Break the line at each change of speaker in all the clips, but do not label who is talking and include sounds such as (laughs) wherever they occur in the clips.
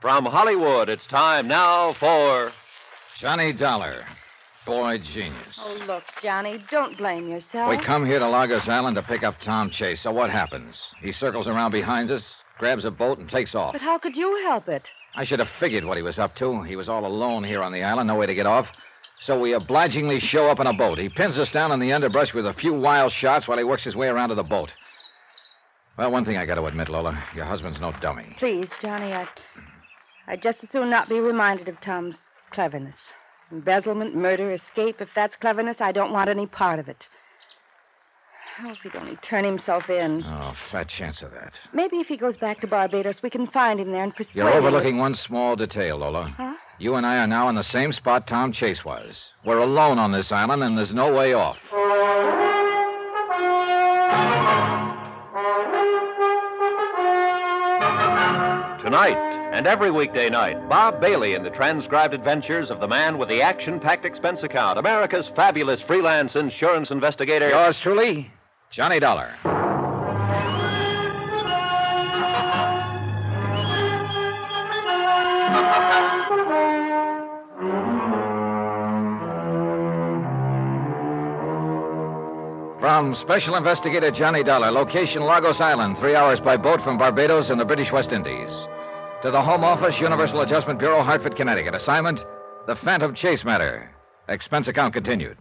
From Hollywood, it's time now for.
Johnny Dollar, boy genius.
Oh, look, Johnny, don't blame yourself.
We come here to Lagos Island to pick up Tom Chase. So what happens? He circles around behind us, grabs a boat, and takes off.
But how could you help it?
I should have figured what he was up to. He was all alone here on the island, no way to get off. So we obligingly show up in a boat. He pins us down in the underbrush with a few wild shots while he works his way around to the boat. Well, one thing I got to admit, Lola, your husband's no dummy.
Please, Johnny, I, I'd just as soon not be reminded of Tom's cleverness. Embezzlement, murder, escape. If that's cleverness, I don't want any part of it. Oh, if he'd only turn himself in.
Oh, fat chance of that.
Maybe if he goes back to Barbados, we can find him there and persuade
You're
him.
overlooking one small detail, Lola.
Huh?
You and I are now in the same spot Tom Chase was. We're alone on this island, and there's no way off.
Tonight and every weekday night, Bob Bailey in the transcribed adventures of the man with the action packed expense account, America's fabulous freelance insurance investigator.
Yours truly, Johnny Dollar. From Special Investigator Johnny Dollar, location Lagos Island, three hours by boat from Barbados in the British West Indies. To the Home Office, Universal Adjustment Bureau, Hartford, Connecticut. Assignment The Phantom Chase Matter. Expense account continued.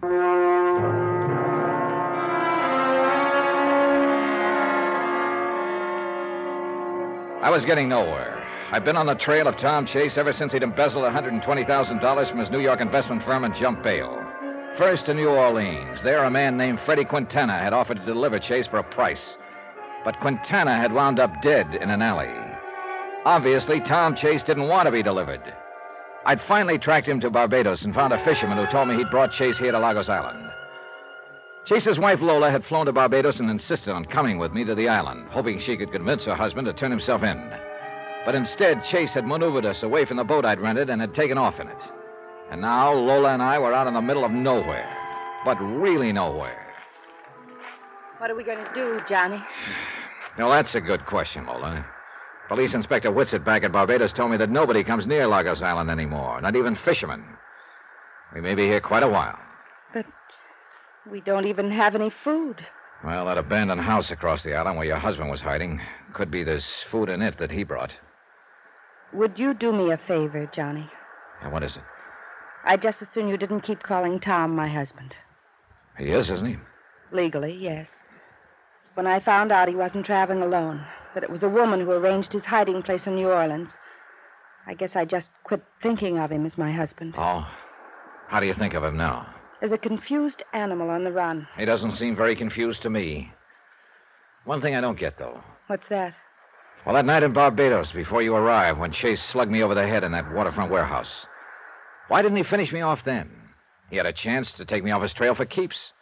I was getting nowhere. I've been on the trail of Tom Chase ever since he'd embezzled $120,000 from his New York investment firm and jumped bail. First to New Orleans. There, a man named Freddie Quintana had offered to deliver Chase for a price. But Quintana had wound up dead in an alley. Obviously, Tom Chase didn't want to be delivered. I'd finally tracked him to Barbados and found a fisherman who told me he'd brought Chase here to Lagos Island. Chase's wife Lola had flown to Barbados and insisted on coming with me to the island, hoping she could convince her husband to turn himself in. But instead, Chase had maneuvered us away from the boat I'd rented and had taken off in it. And now Lola and I were out in the middle of nowhere, but really nowhere.
What are we going to do, Johnny?
Now, that's a good question, Lola. Police Inspector Witsit back at Barbados told me that nobody comes near Lagos Island anymore, not even fishermen. We may be here quite a while.
We don't even have any food.
Well, that abandoned house across the island where your husband was hiding could be this food in it that he brought.
Would you do me a favor, Johnny?
And Uh, what is it?
I'd just as soon you didn't keep calling Tom my husband.
He is, isn't he?
Legally, yes. When I found out he wasn't traveling alone, that it was a woman who arranged his hiding place in New Orleans, I guess I just quit thinking of him as my husband.
Oh. How do you think of him now?
As a confused animal on the run.
He doesn't seem very confused to me. One thing I don't get, though.
What's that?
Well, that night in Barbados, before you arrived, when Chase slugged me over the head in that waterfront warehouse, why didn't he finish me off then? He had a chance to take me off his trail for keeps.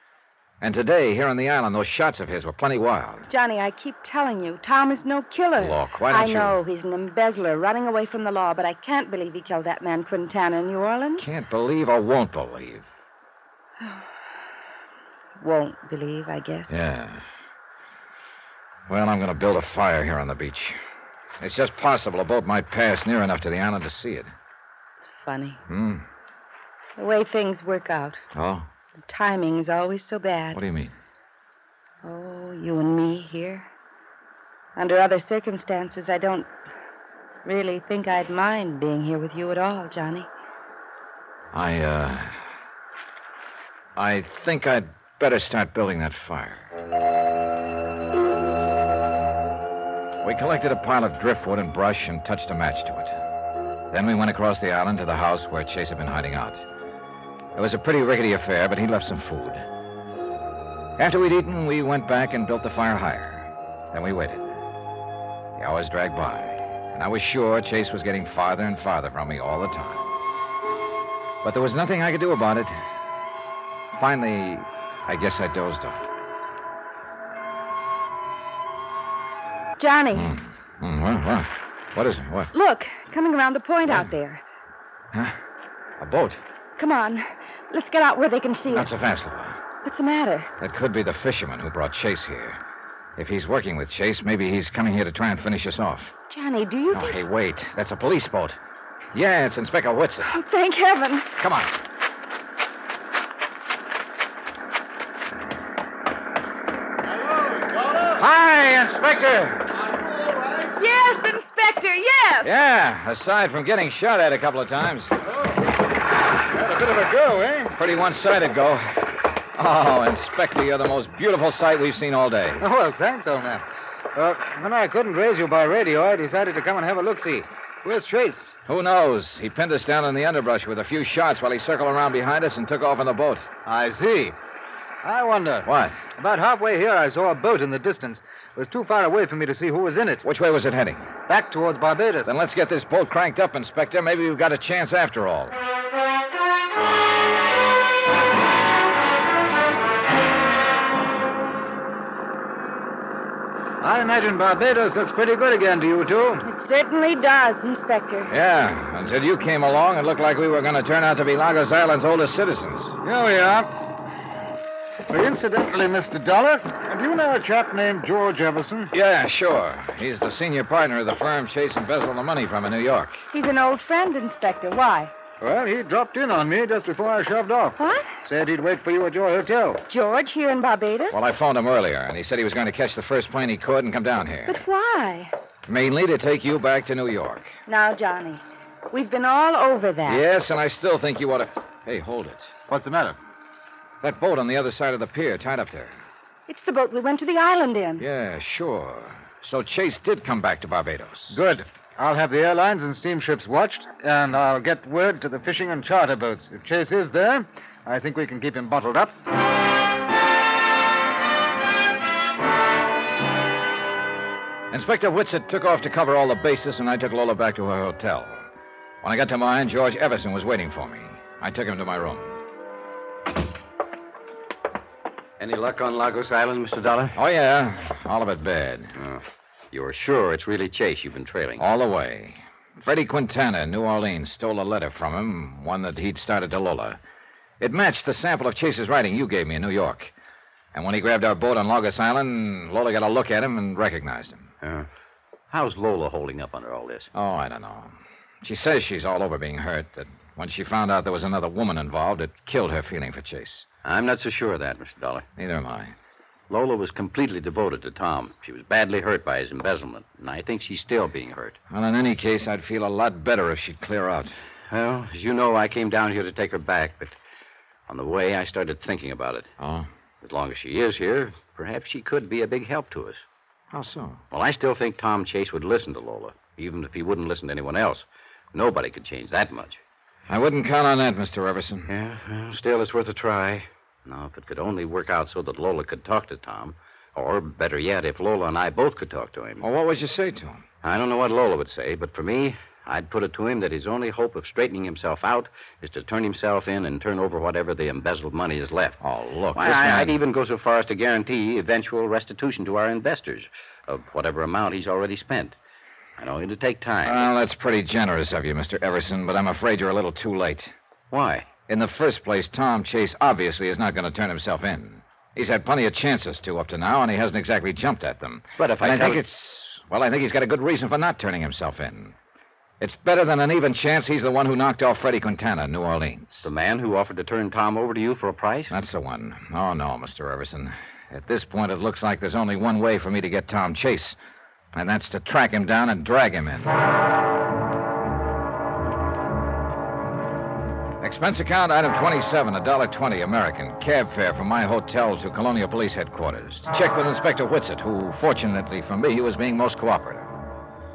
And today, here on the island, those shots of his were plenty wild.
Johnny, I keep telling you, Tom is no killer.
Look, why don't
I
you-
know he's an embezzler running away from the law, but I can't believe he killed that man Quintana in New Orleans.
Can't believe or won't believe.
Won't believe, I guess.
Yeah. Well, I'm going to build a fire here on the beach. It's just possible a boat might pass near enough to the island to see it.
Funny.
Hmm?
The way things work out,
Oh?
the timing is always so bad.
What do you mean?
Oh, you and me here. Under other circumstances, I don't really think I'd mind being here with you at all, Johnny.
I, uh. I think I'd better start building that fire. We collected a pile of driftwood and brush and touched a match to it. Then we went across the island to the house where Chase had been hiding out. It was a pretty rickety affair, but he left some food. After we'd eaten, we went back and built the fire higher. Then we waited. The hours dragged by, and I was sure Chase was getting farther and farther from me all the time. But there was nothing I could do about it. Finally, I guess I dozed off.
Johnny,
Hmm, what, what? What is it? What?
look, coming around the point
Hmm.
out there.
Huh? A boat?
Come on, let's get out where they can see
Not
us.
so fast, Laura.
What's the matter?
That could be the fisherman who brought Chase here. If he's working with Chase, maybe he's coming here to try and finish us off.
Johnny, do you
Oh,
think...
hey, wait. That's a police boat. Yeah, it's Inspector Whitson.
Oh, (laughs) thank heaven.
Come on. Hi, Inspector.
Yes, Inspector, yes.
Yeah, aside from getting shot at a couple of times.
Oh, A bit of a go, eh?
Pretty one sided go. Oh, Inspector, you're the most beautiful sight we've seen all day.
Oh, well, thanks, old man. Well, when I couldn't raise you by radio, I decided to come and have a look see. Where's Trace?
Who knows? He pinned us down in the underbrush with a few shots while he circled around behind us and took off in the boat.
I see. I wonder.
What?
About halfway here, I saw a boat in the distance. It was too far away for me to see who was in it.
Which way was it heading?
Back towards Barbados.
Then let's get this boat cranked up, Inspector. Maybe we've got a chance after all.
I imagine Barbados looks pretty good again to you, too.
It certainly does, Inspector.
Yeah, until you came along, it looked like we were going to turn out to be Lagos Island's oldest citizens.
Here we are. Well, incidentally, Mr. Dollar, do you know a chap named George Everson?
Yeah, sure. He's the senior partner of the firm Chase embezzled the money from in New York.
He's an old friend, Inspector. Why?
Well, he dropped in on me just before I shoved off.
What?
Said he'd wait for you at your hotel.
George here in Barbados?
Well, I phoned him earlier, and he said he was going to catch the first plane he could and come down
But
here.
why?
Mainly to take you back to New York.
Now, Johnny, we've been all over that.
Yes, and I still think you ought to. Hey, hold it.
What's the matter?
That boat on the other side of the pier, tied up there.
It's the boat we went to the island in.
Yeah, sure. So Chase did come back to Barbados.
Good. I'll have the airlines and steamships watched, and I'll get word to the fishing and charter boats. If Chase is there, I think we can keep him bottled up.
Inspector Whitsett took off to cover all the bases, and I took Lola back to her hotel. When I got to mine, George Everson was waiting for me. I took him to my room.
Any luck on Lagos Island, Mr. Dollar?
Oh, yeah, all of it bad.
You're sure it's really Chase you've been trailing?
All the way. Freddie Quintana in New Orleans stole a letter from him, one that he'd started to Lola. It matched the sample of Chase's writing you gave me in New York. And when he grabbed our boat on Lagos Island, Lola got a look at him and recognized him.
Uh, how's Lola holding up under all this?
Oh, I don't know. She says she's all over being hurt, that when she found out there was another woman involved, it killed her feeling for Chase.
I'm not so sure of that, Mr. Dollar.
Neither am I.
Lola was completely devoted to Tom. She was badly hurt by his embezzlement, and I think she's still being hurt.
Well, in any case, I'd feel a lot better if she'd clear out.
Well, as you know, I came down here to take her back, but on the way, I started thinking about it.
Oh?
As long as she is here, perhaps she could be a big help to us.
How so?
Well, I still think Tom Chase would listen to Lola, even if he wouldn't listen to anyone else. Nobody could change that much.
I wouldn't count on that, Mr. Everson.
Yeah, well, still, it's worth a try. Now, if it could only work out so that Lola could talk to Tom, or better yet, if Lola and I both could talk to him.
Well, what would you say to him?
I don't know what Lola would say, but for me, I'd put it to him that his only hope of straightening himself out is to turn himself in and turn over whatever the embezzled money is left.
Oh, look,
Why,
this
I,
man...
I'd even go so far as to guarantee eventual restitution to our investors of whatever amount he's already spent. I know it'll take time.
Well, that's pretty generous of you, Mr. Everson, but I'm afraid you're a little too late.
Why?
In the first place, Tom Chase obviously is not going to turn himself in. He's had plenty of chances to up to now, and he hasn't exactly jumped at them.
But if I
And I
tell
think
it-
it's well, I think he's got a good reason for not turning himself in. It's better than an even chance he's the one who knocked off Freddie Quintana in New Orleans.
The man who offered to turn Tom over to you for a price?
That's the one. Oh no, Mr. Everson. At this point, it looks like there's only one way for me to get Tom Chase, and that's to track him down and drag him in. Expense account item 27, $1.20 American. Cab fare from my hotel to Colonial Police Headquarters. To check with Inspector Whitsett, who, fortunately for me, was being most cooperative.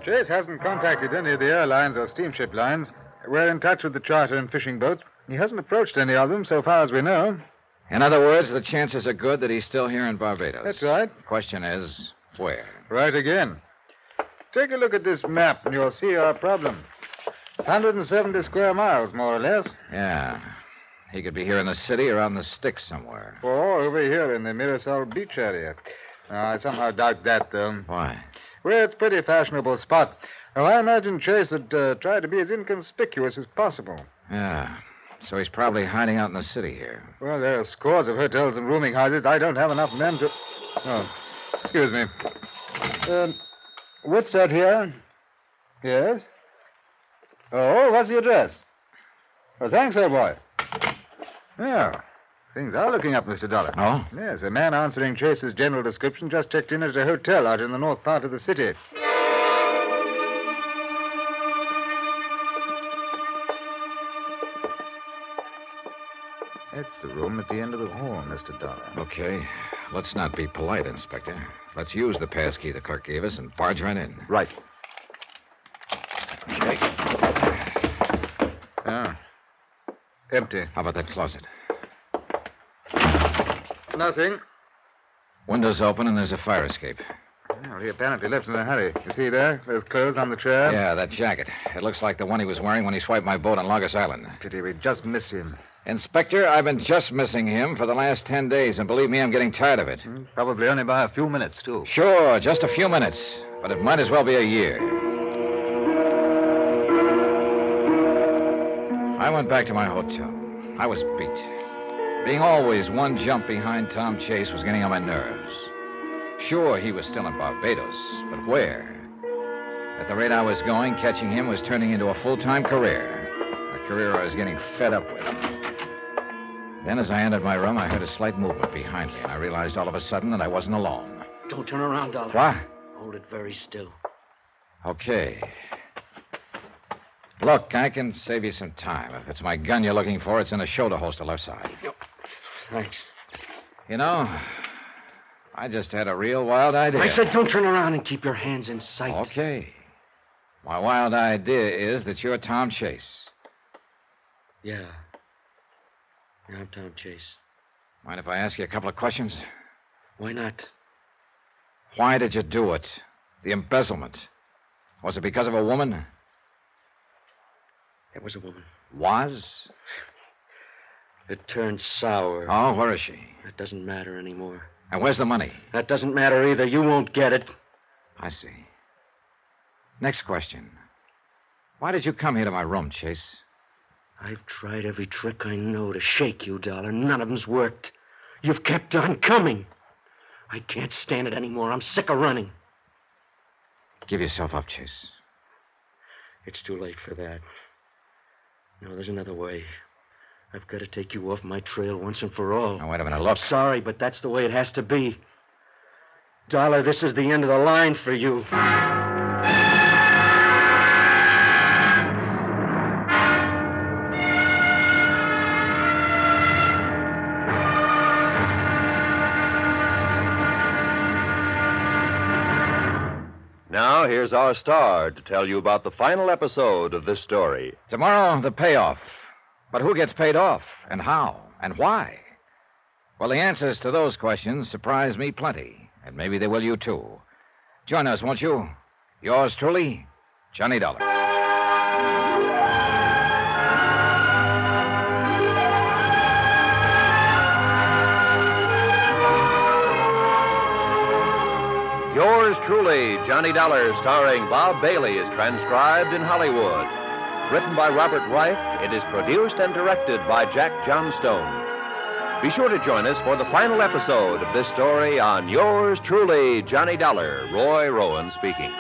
Chase hasn't contacted any of the airlines or steamship lines. We're in touch with the charter and fishing boats. He hasn't approached any of them, so far as we know.
In other words, the chances are good that he's still here in Barbados.
That's right.
Question is, where?
Right again. Take a look at this map, and you'll see our problem. 170 square miles, more or less,
Yeah. He could be here in the city or on the sticks somewhere.
or over here in the Mirasol Beach area. Now, I somehow doubt that, though.
Why?
Well, it's a pretty fashionable spot. Now, I imagine Chase would uh, try to be as inconspicuous as possible.
Yeah. So he's probably hiding out in the city here.
Well, there are scores of hotels and rooming houses. I don't have enough men to. Oh, excuse me. Um, what's that here? Yes? Oh, what's the address? Well, thanks, old boy. Yeah, things are looking up, Mr. Dollar.
Oh?
Yes, a man answering Chase's general description just checked in at a hotel out in the north part of the city. That's the room at the end of the hall, Mr. Dollar.
Okay. Let's not be polite, Inspector. Let's use the passkey the clerk gave us and barge right in.
Right.
Ah. Empty.
How about that closet?
Nothing.
Windows open and there's a fire escape.
Well, he apparently left in a hurry. You see there? There's clothes on the chair.
yeah, that jacket. It looks like the one he was wearing when he swiped my boat on Logos Island.
Pity we just missed him.
Inspector, I've been just missing him for the last ten days, and believe me, I'm getting tired of it.
Probably only by a few minutes, too.
Sure, just a few minutes, but it might as well be a year. I went back to my hotel. I was beat. Being always one jump behind Tom Chase was getting on my nerves. Sure, he was still in Barbados, but where? At the rate I was going, catching him was turning into a full time career. A career I was getting fed up with. Then, as I entered my room, I heard a slight movement behind me, and I realized all of a sudden that I wasn't alone.
Don't turn around, Dollar.
What?
Hold it very still.
Okay. Look, I can save you some time. If it's my gun you're looking for, it's in the shoulder holster left side.
Thanks.
You know, I just had a real wild idea.
I said don't turn around and keep your hands in sight.
Okay. My wild idea is that you're Tom Chase.
Yeah. Now, Tom Chase.
Mind if I ask you a couple of questions?
Why not?
Why did you do it? The embezzlement. Was it because of a woman?
It was a woman.
Was?
It turned sour.
Oh, where is she?
That doesn't matter anymore.
And where's the money?
That doesn't matter either. You won't get it.
I see. Next question. Why did you come here to my room, Chase?
I've tried every trick I know to shake you, Dollar. None of 'em's worked. You've kept on coming. I can't stand it anymore. I'm sick of running.
Give yourself up, Chase.
It's too late for that. No, there's another way. I've got to take you off my trail once and for all.
Now, wait a minute. Look.
Sorry, but that's the way it has to be. Dollar, this is the end of the line for you.
Now, here's our star to tell you about the final episode of this story.
Tomorrow, the payoff. But who gets paid off? And how? And why? Well, the answers to those questions surprise me plenty. And maybe they will you, too. Join us, won't you? Yours truly, Johnny Dollar.
Yours truly, Johnny Dollar, starring Bob Bailey, is transcribed in Hollywood. Written by Robert Reich, it is produced and directed by Jack Johnstone. Be sure to join us for the final episode of this story on Yours truly, Johnny Dollar, Roy Rowan speaking.